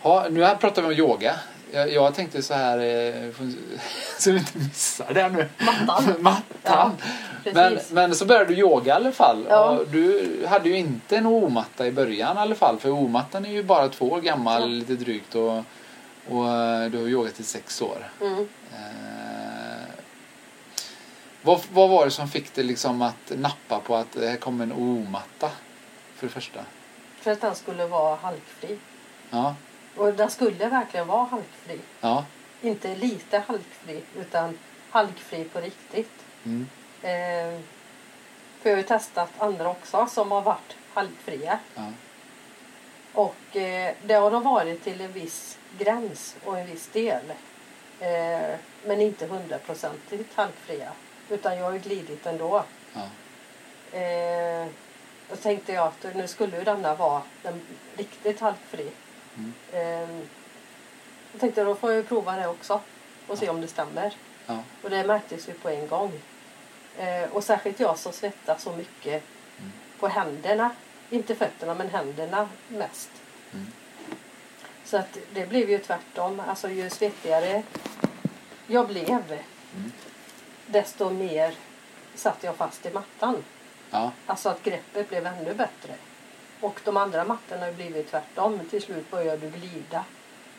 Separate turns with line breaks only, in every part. Ha, nu här pratar vi om yoga. Jag, jag tänkte så här, eh, så vi inte missar det här nu.
Mattan.
Mattan.
precis.
men, men så började du yoga i alla fall.
Ja.
Och du hade ju inte en omatta i början i alla fall. För omattan är ju bara två år gammal
Ja.
lite drygt. Och, och eh, du har yogat i sex år.
Mm.
Eh, vad, vad var det som fick dig liksom att nappa på att det här kommer en omatta? För det första.
För att den skulle vara halkfri.
Ja,
Och den skulle verkligen vara halkfri.
ja.
Inte lite halkfri, utan halkfri på riktigt.
Mm.
Eh, för jag har ju testat andra också som har varit halkfria.
Ja.
Och eh, det har de varit till en viss gräns och en viss del. Eh, men inte hundraprocentigt halkfria. Utan jag har ju glidit ändå.
Ja.
Eh, då tänkte jag att nu skulle ju denna vara den riktigt halkfri.
Mm.
Eh, då tänkte jag då får jag ju prova det också och se om det stämmer.
Ja.
Och det märktes ju på en gång. Eh, och särskilt jag som svettas så mycket
Mm.
på händerna. Inte fötterna men händerna mest.
Mm.
Så att det blev ju tvärtom. Alltså ju svettigare jag blev
Mm.
desto mer satt jag fast i mattan.
Ja.
Alltså att greppet blev ännu bättre. Och de andra mattorna har ju blivit tvärtom. Till slut börjar du glida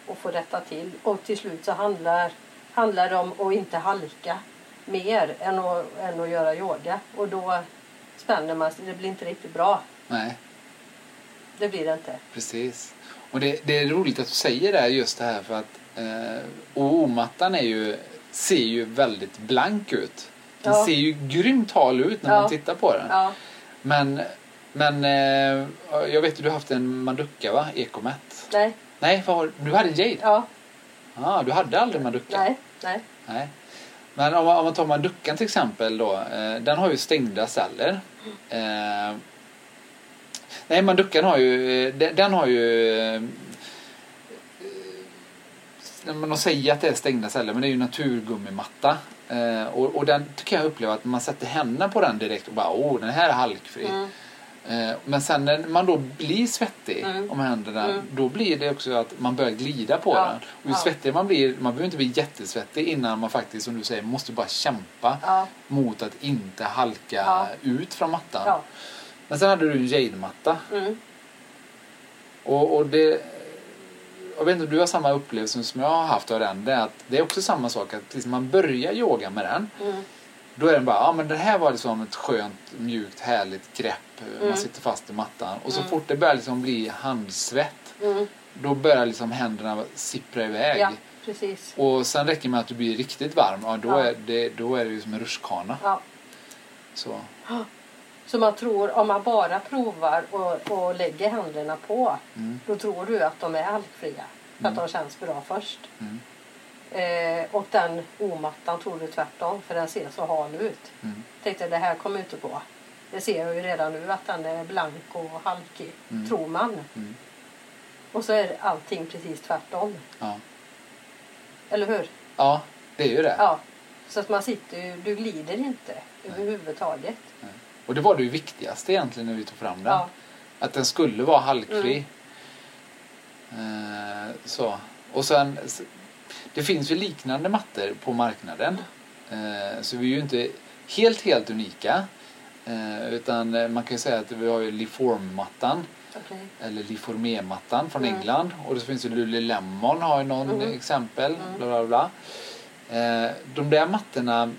och få rätta till. Och till slut så handlar, handlar det om att inte halka mer än att, än att göra yoga. Och då spänner man sig. Det blir inte riktigt bra.
Nej,
Det blir det inte.
precis. Och det, det är roligt att du säger det här, just det här för att eh, OO-mattan är ju, ser ju väldigt blank ut. Den
Ja.
ser ju grymt hal ut när
Ja.
man tittar på den.
Ja,
Men, men eh, jag vet att du har haft en Maduka va? Ekomet.
nej,
Nej, vad har, du hade en Jade?
ja,
Ah, du hade aldrig Maduka?
nej, nej.
Nej. Men om man, om man tar Madukan till exempel då. Eh, den har ju stängda celler. Eh, nej, Madukan har ju... eh, Den, den har ju... Eh, eh, men de säger att det är stängda celler, men det är ju naturgummimatta. Eh, och, och den tycker jag uppleva att man sätter händerna på den direkt och bara åh, den här är halkfri.
Mm.
Eh, Men sen när man då blir svettig
Mm.
om händerna,
Mm.
då blir det också att man börjar glida på
Ja.
den. Och ju
Ja.
svettigare man blir, man behöver inte bli jättesvettig innan man faktiskt, som du säger, måste bara kämpa
Ja,
mot att inte halka
Ja.
ut från mattan.
ja.
Men sen hade du en jade-matta.
Mm.
Och, och det... Jag vet inte om du har samma upplevelse som jag har haft av den. Det är, att det är också samma sak, att precis när man börjar yoga med den,
Mm.
då är den bara, ja ah, men det här var liksom ett skönt, mjukt, härligt grepp.
Mm.
Man sitter fast i mattan. Och så
Mm.
fort det börjar liksom bli handsvett,
Mm.
då börjar liksom händerna sippra iväg.
Ja, precis.
Och sen räcker det med att du blir riktigt varm, ja, då,
Ja.
Är det, då är det ju som en rutschkana.
Ja.
Så,
Så man tror, om man bara provar och, och lägger händerna på,
mm,
då tror du att de är halkfria. För att de känns bra först.
mm,
Eh, och den omattan tror du tvärtom, för den ser så hal ut.
mm,
Tänkte det här kommer ju inte gå. Det ser jag ju redan nu att den är blank och halkig,
Mm.
tror man.
mm,
Och så är allting precis tvärtom.
ja.
Eller hur?
ja, det är ju det.
Ja. Så att man sitter ju, du glider inte överhuvudtaget.
Och det var det ju viktigaste egentligen när vi tog fram den.
Ja.
Att den skulle vara halkfri.
Mm.
Eh, så. Och sen, s- det finns ju liknande mattor på marknaden. Eh, så vi är ju inte helt, helt unika. Eh, utan eh, man kan ju säga att vi har ju Liform-mattan.
Okej.
Eller Liformé-mattan från
Mm.
England. Och det finns ju Lululemon har ju någon
Mm.
exempel.
Mm.
Bla, bla, bla. Eh, de där mattorna,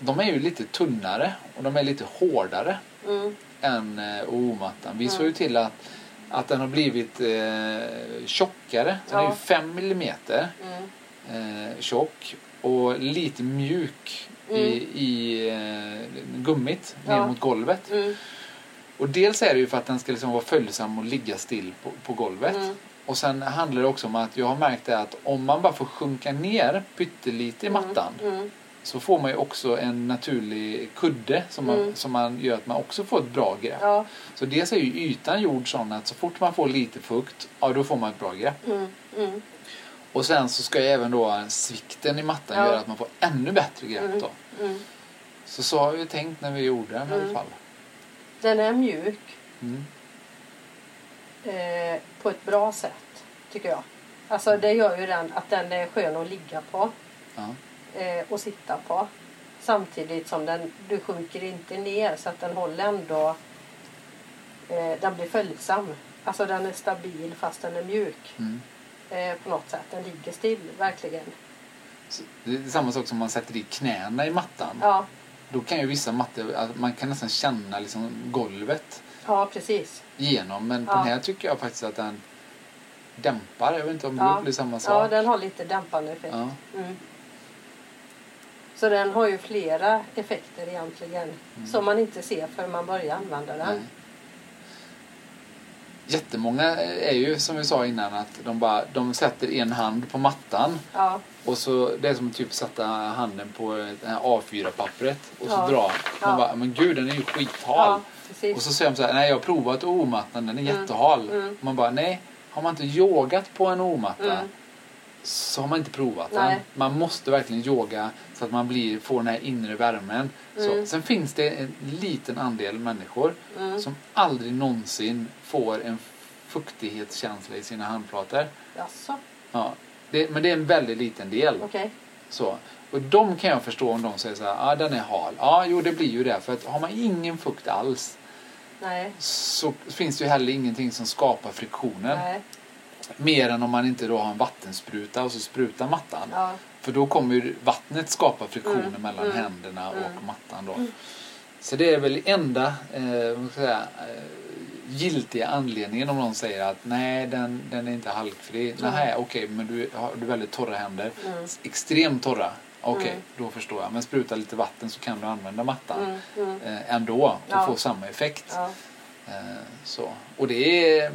de är ju lite tunnare. Och de är lite hårdare
Mm.
än eh, OO-mattan. Vi
Mm.
såg ju till att, att den har blivit eh, tjockare. Den är
Ja.
ju 5 millimeter
Mm.
eh, tjock och lite mjuk i, i eh, gummit ner
Mm. Ja.
mot golvet.
Mm.
Och dels är det ju för att den ska liksom vara följsam och ligga still på, på golvet.
Mm.
Och sen handlar det också om att jag har märkt det att om man bara får sjunka ner pyttelite i mattan
Mm.
så får man ju också en naturlig kudde som man,
Mm.
som man gör att man också får ett bra grepp.
Ja.
Så dels är ju ytan gjord sån att så fort man får lite fukt, ja då får man ett bra grepp.
Mm. Mm.
Och sen så ska ju även då svikten i mattan
Ja.
göra att man får ännu bättre grepp
Mm.
då.
Mm.
Så så har vi tänkt när vi gjorde den i alla
Mm.
fall.
Den är mjuk
Mm.
eh, på ett bra sätt, tycker jag. Alltså det gör ju den att den är skön att ligga på
Ja.
eh, och sitta på. Samtidigt som den, du sjunker inte ner så att den håller ändå, eh, den blir följsam. Alltså den är stabil fast den är mjuk
Mm.
eh, på något sätt. Den ligger still verkligen.
Så Det är samma sak som man sätter i knäna i mattan.
Ja,
Då kan ju vissa mattor, att man kan nästan känna liksom golvet
ja precis.
genom. Men på
Ja.
den här tycker jag faktiskt att den dämpar. Jag vet inte om du
Ja.
upplever samma sak.
Ja, den har lite dämpande effekt.
Ja.
Mm. Så den har ju flera effekter egentligen
Mm.
som man inte ser förrän man börjar använda den.
Nej. Mm. Jättemånga är ju som vi sa innan att de bara de sätter en hand på mattan
Ja,
och så det är som typ sätta handen på det här A4-pappret och så
Ja.
dra. Man
Ja.
bara, men gud den är ju skithal.
ja precis.
Och så säger de så här, nej jag har provat omattan, den är jättehal.
mm.
Man bara, nej har man inte yogat på en omatta
Mm.
så har man inte provat den.
Nej.
Man måste verkligen yoga så att man blir, får den här inre värmen. Så,
Mm.
sen finns det en liten andel människor
Mm.
som aldrig någonsin får en fuktighetskänsla i sina handflator.
Jaså,
Ja, det, men det är en väldigt liten del.
okej.
Så. Och de kan jag förstå om de säger så här, ah, den är hal. Ja, ah, jo det blir ju det. För att har man ingen fukt alls
Nej.
så finns det ju heller ingenting som skapar friktionen.
Nej.
Mer än om man inte då har en vattenspruta och så sprutar mattan.
Ja.
För då kommer ju vattnet skapa friktioner
Mm,
mellan
mm,
händerna
mm.
och mattan då. Så det är väl enda eh, vad ska jag säga, eh, giltiga anledningen om någon säger att nej den, den är inte halkfri.
Mm.
Nej okej men du har du har väldigt torra händer.
Mm.
Extremt torra. Okej
Mm.
då förstår jag. Men spruta lite vatten så kan du använda mattan.
Mm. Mm.
Eh, ändå och
Ja.
få samma effekt.
Ja.
Eh, Så. Och det är...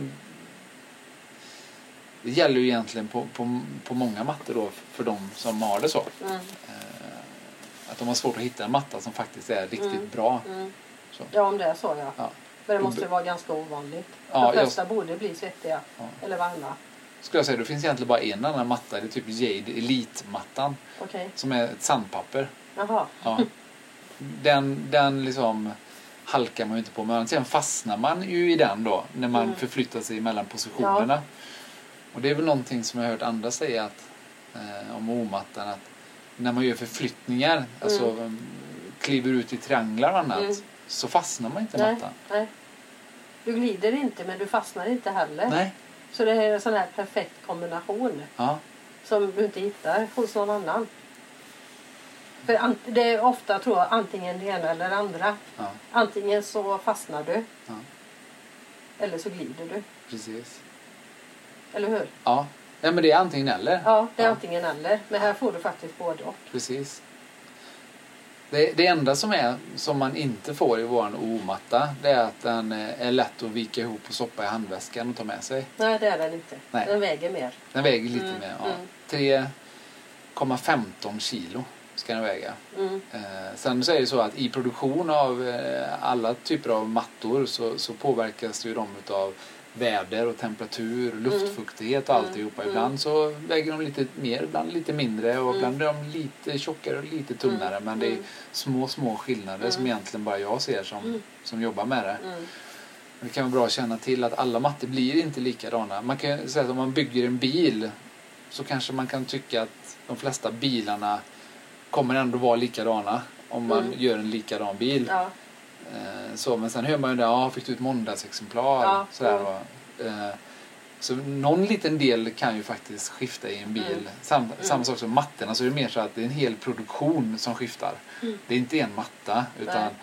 Det gäller ju egentligen på, på, på många mattor då för de som har det så.
Mm.
Att de har svårt att hitta en matta som faktiskt är riktigt
Mm.
bra.
Mm.
Så.
ja, om det är så ja.
Ja.
Men det måste ju vara ganska ovanligt.
Ja,
De flesta borde bli svettiga
Ja.
eller varma.
Skulle jag säga, det finns egentligen bara en annan matta. Det är typ Jade Elite-mattan
Okej,
som är ett sandpapper.
jaha.
Ja. Den, den liksom halkar man ju inte på. Men sen fastnar man ju i den då när man
Mm.
förflyttar sig mellan positionerna. Och det är väl någonting som jag har hört andra säga att, eh, om omattan att när man gör förflyttningar, alltså mm, kliver ut i trianglar och annat,
Mm.
så fastnar man inte i
Nej,
mattan.
nej. Du glider inte men du fastnar inte heller.
Nej.
Så det är en sån här perfekt kombination
Ja.
som du inte hittar hos någon annan. För an- det är ofta tror jag antingen det ena eller det andra.
ja,
Antingen så fastnar du
ja,
eller så glider du.
precis.
Eller hur?
Ja. Nej, men det är antingen eller.
Ja, det är antingen eller. Men här får du faktiskt både och.
Precis. Det, det enda som, är, som man inte får i vår omatta det är att den eh, är lätt att vika ihop och stoppa i handväskan och ta med sig.
Nej, det är den inte.
Nej.
Den väger mer.
Den väger lite
Mm,
mer. Ja. 3,15 kilo ska den väga.
Mm.
Eh, sen så är det så att i produktion av eh, alla typer av mattor så, så påverkas ju de utav väder och temperatur, luftfuktighet och
Mm,
alltihopa.
mm.
Ibland så väger de lite mer, ibland lite mindre och
Mm.
ibland är de lite tjockare och lite tunnare. Men det är
mm.
små, små skillnader som egentligen bara jag ser som,
Mm.
som jobbar med det.
Mm.
Det kan vara bra att känna till att alla mattor blir inte likadana. Man kan ju säga att om man bygger en bil så kanske man kan tycka att de flesta bilarna kommer ändå vara likadana om man
Mm.
gör en likadan bil.
Ja.
Eh, Så, men sen hör man ju det, ja fick du ett måndagsexemplar?
Ja,
Sådär
mm.
då. Eh, Så någon liten del kan ju faktiskt skifta i en bil.
Mm.
Sam, Samma sak som mattorna, så är det mer så att det är en hel produktion som skiftar. Det är inte en matta, utan
Mm. Nej.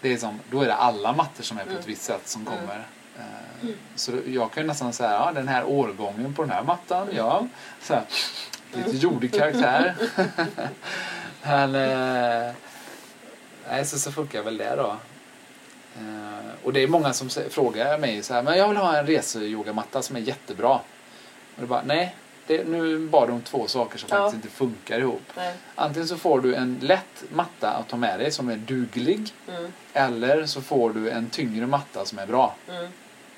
det är som, då är det alla mattor som är på ett
Mm.
visst sätt som kommer. Eh, Så jag kan ju nästan säga, ja den här årgången på den här mattan, ja.
Mm.
Så här, lite jordig karaktär. Men, eh, nej, så, så funkar väl det då. Eh, och det är många som sä- frågar mig så här, men jag vill ha en reseyogamatta som är jättebra. Och det är bara, nej, det, nu bad de två saker som
Ja.
faktiskt inte funkar ihop.
Nej.
Antingen så får du en lätt matta att ta med dig som är duglig
Mm.
eller så får du en tyngre matta som är bra.
Mm.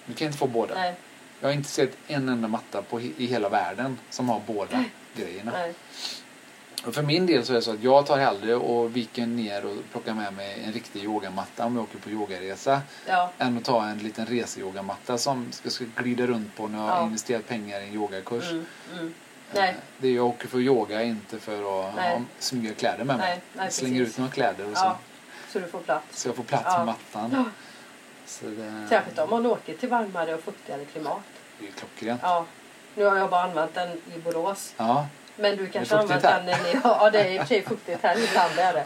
Du kan inte få båda.
Nej.
Jag har inte sett en enda matta på, he- i hela världen som har båda grejerna.
Nej.
Och för min del så är det så att jag tar hellre och viker ner och plockar med mig en riktig yogamatta om jag åker på yogaresa.
Ja,
Än att ta en liten reseyogamatta som ska, ska glida runt på när jag har
Ja.
investerat pengar i en yogakurs.
mm, mm. Nej.
Eh, Det är jag åker för yoga, inte för att
Nej.
ha snygga kläder med mig.
Nej, nej,
jag slänger
precis.
ut några kläder och så,
Ja, så du får plats.
så jag får plats
Ja.
med mattan. Så det,
Särskilt om man åker till varmare och fuktigare klimat.
det är ju klockrent.
Ja, nu har jag bara använt den i Borås.
Ja.
Men du kanske
Det är
har
fuktigt
använt den när ni... Ja, det är i och för sig fuktigt här ibland. Det är det.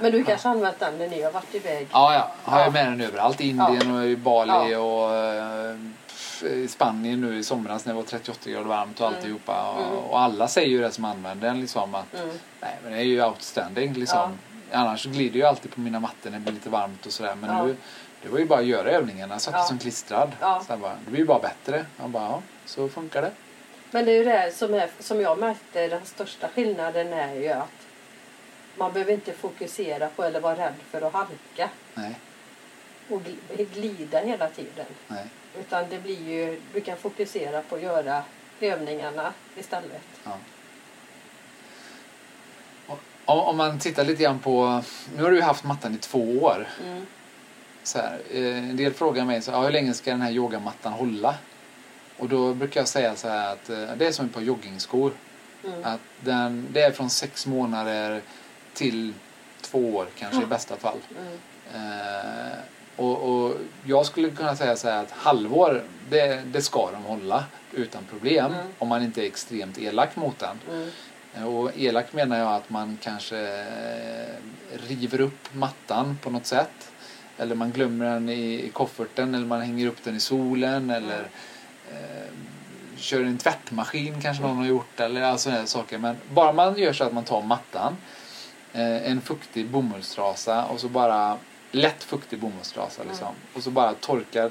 Men du kanske har använt den när ni har varit iväg.
Ja, ja. Har
Ja.
jag med den överallt. I Indien och i Bali och eh, f- i Spanien nu i somras när det var 38 grader varmt och
Mm.
alltihopa. Och,
Mm.
och alla säger ju det som använder den liksom att
Mm.
nej men det är ju outstanding liksom. Annars glider jag alltid på mina mattor när det blir lite varmt och sådär. Men
Ja.
nu, det var ju bara att göra övningarna. Jag satt ju
Ja.
som klistrad.
Ja.
Så jag bara, det blir ju bara bättre. Jag bara, ja, så funkar det.
Men det är ju det här som, är, som jag märkte, den största skillnaden är ju att man behöver inte fokusera på eller vara rädd för att halka
Nej,
och gl- glida hela tiden.
nej,
Utan det blir ju, du kan fokusera på att göra övningarna istället.
ja. Och- Om, om man tittar lite grann på, nu har du ju haft mattan i två år.
Mm.
så här, eh, en del frågar mig så, här, ja, hur länge ska den här yogamattan hålla? Och då brukar jag säga så här att eh, det är som ett par joggingskor.
Mm.
Att den, det är från sex månader till två år kanske i bästa fall.
Mm.
Eh, och, och jag skulle kunna säga så här att halvår, det, det ska de hålla utan problem.
Mm.
Om man inte är extremt elak mot den.
Mm.
Eh, Och elakt menar jag att man kanske eh, river upp mattan på något sätt. Eller man glömmer den i i kofferten eller man hänger upp den i solen eller eh, kör en tvättmaskin kanske någon har gjort eller alla sådana där saker. Men bara man gör så att man tar mattan, eh, en fuktig bomullstrasa och så bara lätt fuktig bomullstrasa liksom. Och så bara torkar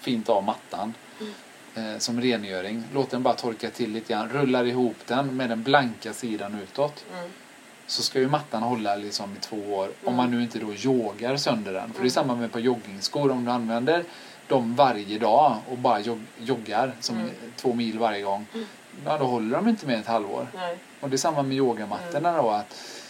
fint av mattan
Mm.
eh, som rengöring. Låt den bara torka till lite grann. Rullar ihop den med den blanka sidan utåt.
Mm.
Så ska ju mattan hålla liksom i två år. Om
Mm.
man nu inte då yogar sönder den. För det är
Mm.
samma med ett par joggingskor. Om du använder dem varje dag och bara jog- joggar som
Mm.
två mil varje gång. Ja, då håller de inte mer än ett halvår.
Nej. Mm.
Och det är samma med yogamattorna då. Att,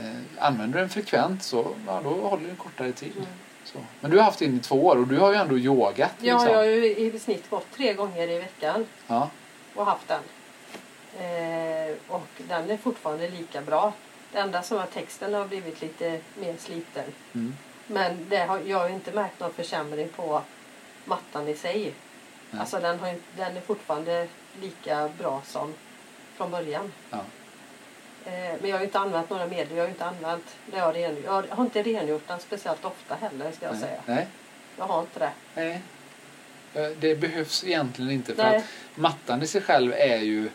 eh, använder du den frekvent så ja, då håller den kortare tid.
Mm.
Så. Men du har haft den i två år och du har ju ändå yogat. liksom.
Ja, jag har ju i snitt gått tre gånger i veckan
Ja,
och haft den. Eh, och den är fortfarande lika bra. Det enda som är att texten har blivit lite mer sliten.
mm.
Men det har, jag har ju inte märkt någon försämring på mattan i sig.
Nej.
Alltså den, har, ju- den är fortfarande lika bra som från början.
ja.
Eh, men jag har ju inte använt några medel. Jag har ju inte använt det jag, har rengjort, jag har inte rengjort den speciellt ofta heller ska jag
Nej.
säga.
Nej.
Jag har inte det.
Nej. Eh, Det behövs egentligen inte för
Nej.
att mattan i sig själv är ju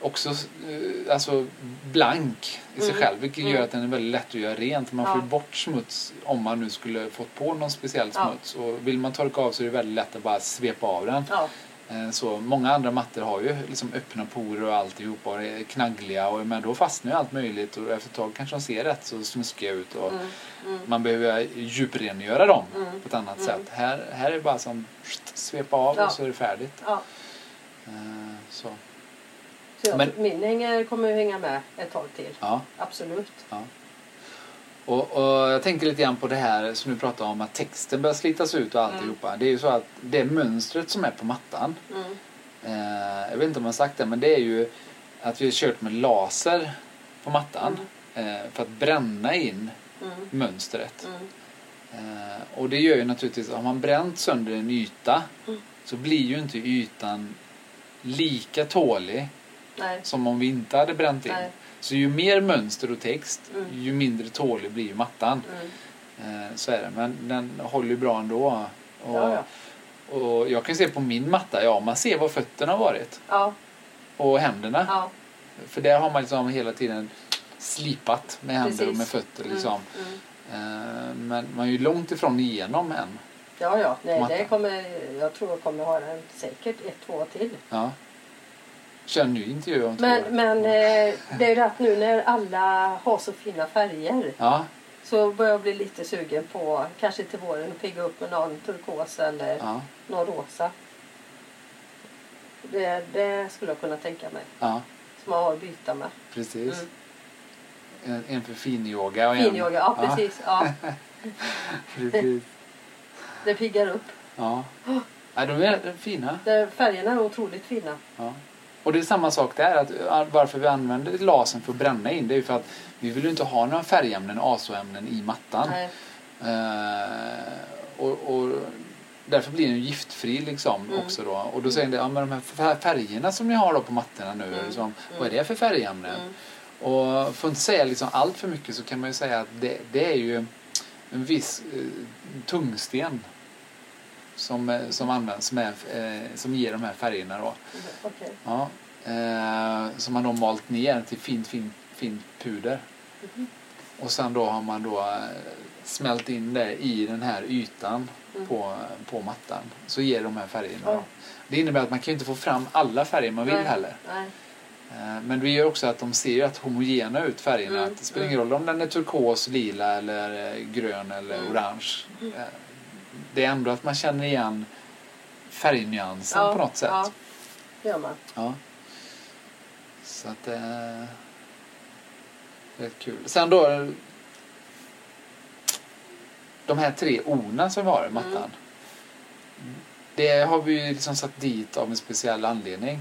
också eh, alltså blank i sig
Mm.
själv vilket gör
Mm.
att den är väldigt lätt att göra rent. Man
Ja.
får ju bort smuts om man nu skulle fått på någon speciell
Ja.
smuts och vill man torka av så är det väldigt lätt att bara svepa av den.
Ja.
Eh, Så många andra mattor har ju liksom öppna porer och alltihopa och är knaggliga och men då fastnar ju allt möjligt och efter ett tag kanske de ser rätt så smutsiga ut och
Mm, mm,
man behöver djuprengöra dem
Mm.
på ett annat
Mm.
sätt. Här, här är det bara som svepa av
Ja.
och så är det färdigt.
ja.
Eh, Så.
Så jag,
Men-
min hänger, kommer ju hänga med ett tag till.
Ja,
Absolut.
ja. Och, och jag tänker lite grann på det här som du pratade om att texten börjar slitas ut och alltihopa. Det är ju så att det mönstret som är på mattan,
Mm,
eh, jag vet inte om jag har sagt det, men det är ju att vi har kört med laser på mattan eh, för att bränna in
mm,
mönstret.
mm,
Eh, och det gör ju naturligtvis, har man bränt sönder en yta
Mm.
så blir ju inte ytan lika tålig
nej.
som om vi inte hade bränt in.
Nej.
Så ju mer mönster och text,
Mm.
ju mindre tålig blir ju mattan.
Mm,
Eh, så är det, men den håller ju bra ändå. Och,
ja, ja.
och jag kan ju se på min matta, ja man ser var fötterna har varit
Ja,
och händerna.
ja.
För där har man liksom hela tiden slipat med händer och
Precis.
med fötter
Mm,
liksom.
mm.
Eh, men man är ju långt ifrån igenom än.
Ja, ja. Nej,
Matta.
det kommer, jag tror jag kommer ha den säkert ett, två till.
Ja. Kör en ny intervju om två år.
Men, men eh, det är ju det att nu när alla har så fina färger
Ja,
så börjar jag bli lite sugen på kanske till våren att pigga upp med någon turkos eller
ja,
någon rosa. Det, det skulle jag kunna tänka mig.
ja,
Som man har att byta med.
precis.
Mm.
en, en för finyoga och en...
Finyoga, ja precis. Ja.
precis.
Det piggar upp.
Ja. ja, de är fina.
Det- Färgerna är otroligt fina.
Ja. Och det är samma sak där, att eh, varför vi använder lasern för att bränna in det är ju för att vi vill ju inte ha några färgämnen, azoämnen i mattan.
Nej.
Eh, och, och därför blir den ju giftfri liksom
Mm.
också då. Och då säger de, ja men de här fär- färgerna som ni har då på mattorna nu,
Mm.
liksom, vad är det för färgämnen?
Mm.
Och för att inte säga liksom allt för mycket så kan man ju säga att det, det är ju en viss eh, tungsten som, eh, som används, som, är, eh, som ger de här färgerna då.
Okej.
Ja, eh, som man då malt ner till fint, fint, fint puder.
Mhm.
Och sen då har man då eh, smält in det i den här ytan
Mm.
på, på mattan. Så ger de här färgerna. då.
Ja.
Det innebär att man kan ju inte få fram alla färger man vill
Nej.
heller.
Nej.
Eh, Men det gör också att de ser ju att homogena ut färgerna.
Mm,
Att det spelar
mm.
ingen roll om den är turkos, lila eller eh, grön eller
Mm.
orange. Eh, Det är ändå att man känner igen färgnyansen
Ja,
på något sätt.
Ja. Det gör man.
Ja. Så att eh, det är rätt kul. Sen då de här tre orna som vi har i mattan.
Mm.
Det har vi ju liksom satt dit av en speciell anledning.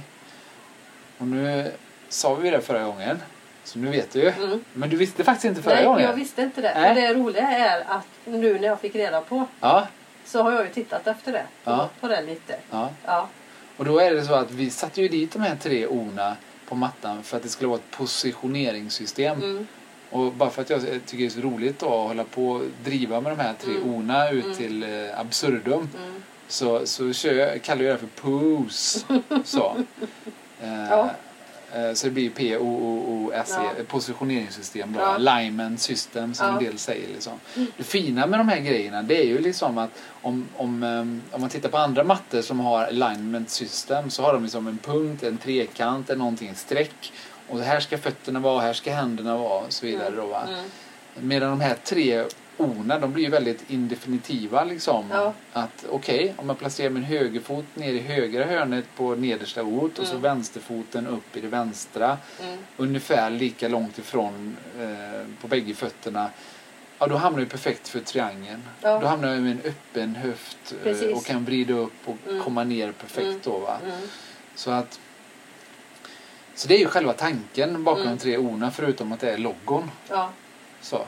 Och nu sa vi det förra gången. Så nu vet du ju.
Mm.
Men du visste faktiskt inte förra
Nej,
gången.
jag visste inte det.
Nej.
Och det roliga är att nu när jag fick reda på
Ja,
så har jag ju tittat efter det.
Ja.
På det lite.
ja.
Ja.
Och då är det så att vi satte ju dit de här tre orna på mattan för att det skulle vara ett positioneringssystem.
Mm.
Och bara för att jag tycker det är så roligt då, att hålla på och driva med de här tre
Mm.
orna ut
Mm.
till eh, absurdum
Mm.
så, så kör jag, kallar jag det för POOS. Så. Eh,
Ja.
eh, så det blir P-O-O-O-S-E,
Ja.
E, positioneringssystem då.
Ja.
Alignment system som
Ja. Mm.
en del säger. Liksom. Det fina med de här grejerna det är ju liksom att om, om, eh, om man tittar på andra mattor som har alignment system så har de liksom en punkt, en trekant, en någonting, ett streck. Och här ska fötterna vara, här ska händerna vara och så vidare. Då, va?
Mm.
Medan de här tre orna, de blir ju väldigt indefinitiva liksom.
Ja.
Att okej, om jag placerar min högerfot ner i högra hörnet på nedersta ort och så
Mm.
vänsterfoten upp i det vänstra.
Mm.
Ungefär lika långt ifrån eh, på bägge fötterna. Ja, då hamnar jag ju perfekt för triangeln.
Ja.
Då hamnar jag med en öppen höft eh,
Precis.
och kan vrida upp och
Mm.
komma ner perfekt
Mm.
då va.
Mm.
Så att så det är ju själva tanken bakom
Mm.
de tre orna förutom att det är logon.
Ja.
Så,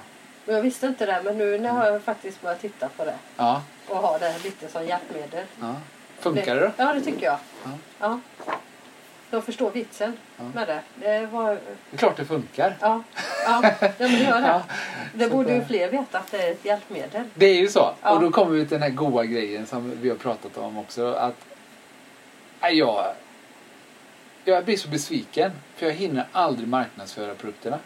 Men jag visste inte det, men nu när har jag faktiskt börjat titta på det
ja.
och ha det lite som hjälpmedel.
Ja. Funkar det då?
Ja, det tycker jag.
Ja.
Ja. De förstår vitsen
Ja.
med det. Det var...
Det är klart det funkar.
Ja, ja. ja men det gör det.
Ja.
det
så
borde ju
det-
fler veta att det är ett hjälpmedel.
Det är ju så.
Ja.
Och då kommer vi till den här goa grejen som vi har pratat om också. Att Nej, jag, jag blir så besviken för jag hinner aldrig marknadsföra produkterna.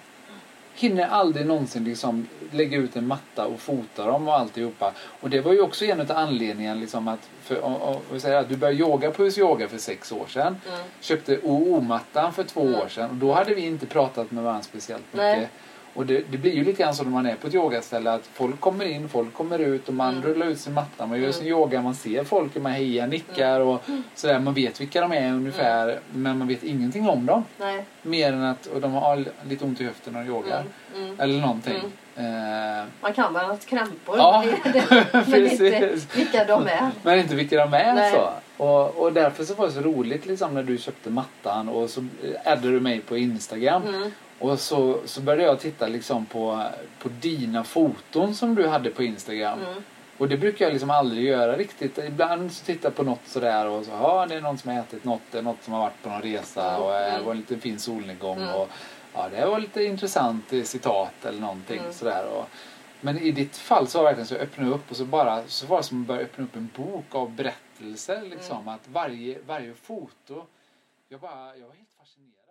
Hinner aldrig någonsin liksom lägga ut en matta och fota dem och alltihopa. Och det var ju också en av anledningarna liksom att, för, och, och, och säga att du började yoga på Hus Yoga för sex år sedan.
Mm.
köpte OO-mattan för två
Mm.
år sedan och då hade vi inte pratat med varandra speciellt mycket.
Nej.
Och det, det blir ju lite grann så när man är på ett yogaställe att folk kommer in, folk kommer ut och man
Mm.
rullar ut sin matta, man gör
Mm.
sin yoga, man ser folk, man hejar, nickar och sådär. Man vet vilka de är ungefär
Mm.
men man vet ingenting om dem.
Nej.
Mer än att och de har all- lite ont i höften när de yogar.
Mm. Mm.
Eller någonting. Eh,
Man kan väl ha krämpor.
Ja,
Det- det- men inte
precis.
vilka de är.
Men inte vilka de är
Nej.
så. Och, och därför så var det så roligt liksom när du köpte mattan och så eh, addade du mig på Instagram.
Mm.
Och så, så började jag titta liksom på, på dina foton som du hade på Instagram.
Mm.
Och det brukar jag liksom aldrig göra riktigt. Ibland så tittar jag på något sådär och så ja det är någon som har ätit något, det är något som har varit på någon resa och eh, det var en liten fin solnedgång
Mm.
och ja det var lite intressant eh, citat eller någonting
Mm.
sådär. Och, men i ditt fall så var det verkligen så jag öppnade upp och så bara så var det som att börja öppna upp en bok
Mm.
av berättelser liksom att varje, varje foto, jag bara, jag var helt fascinerad.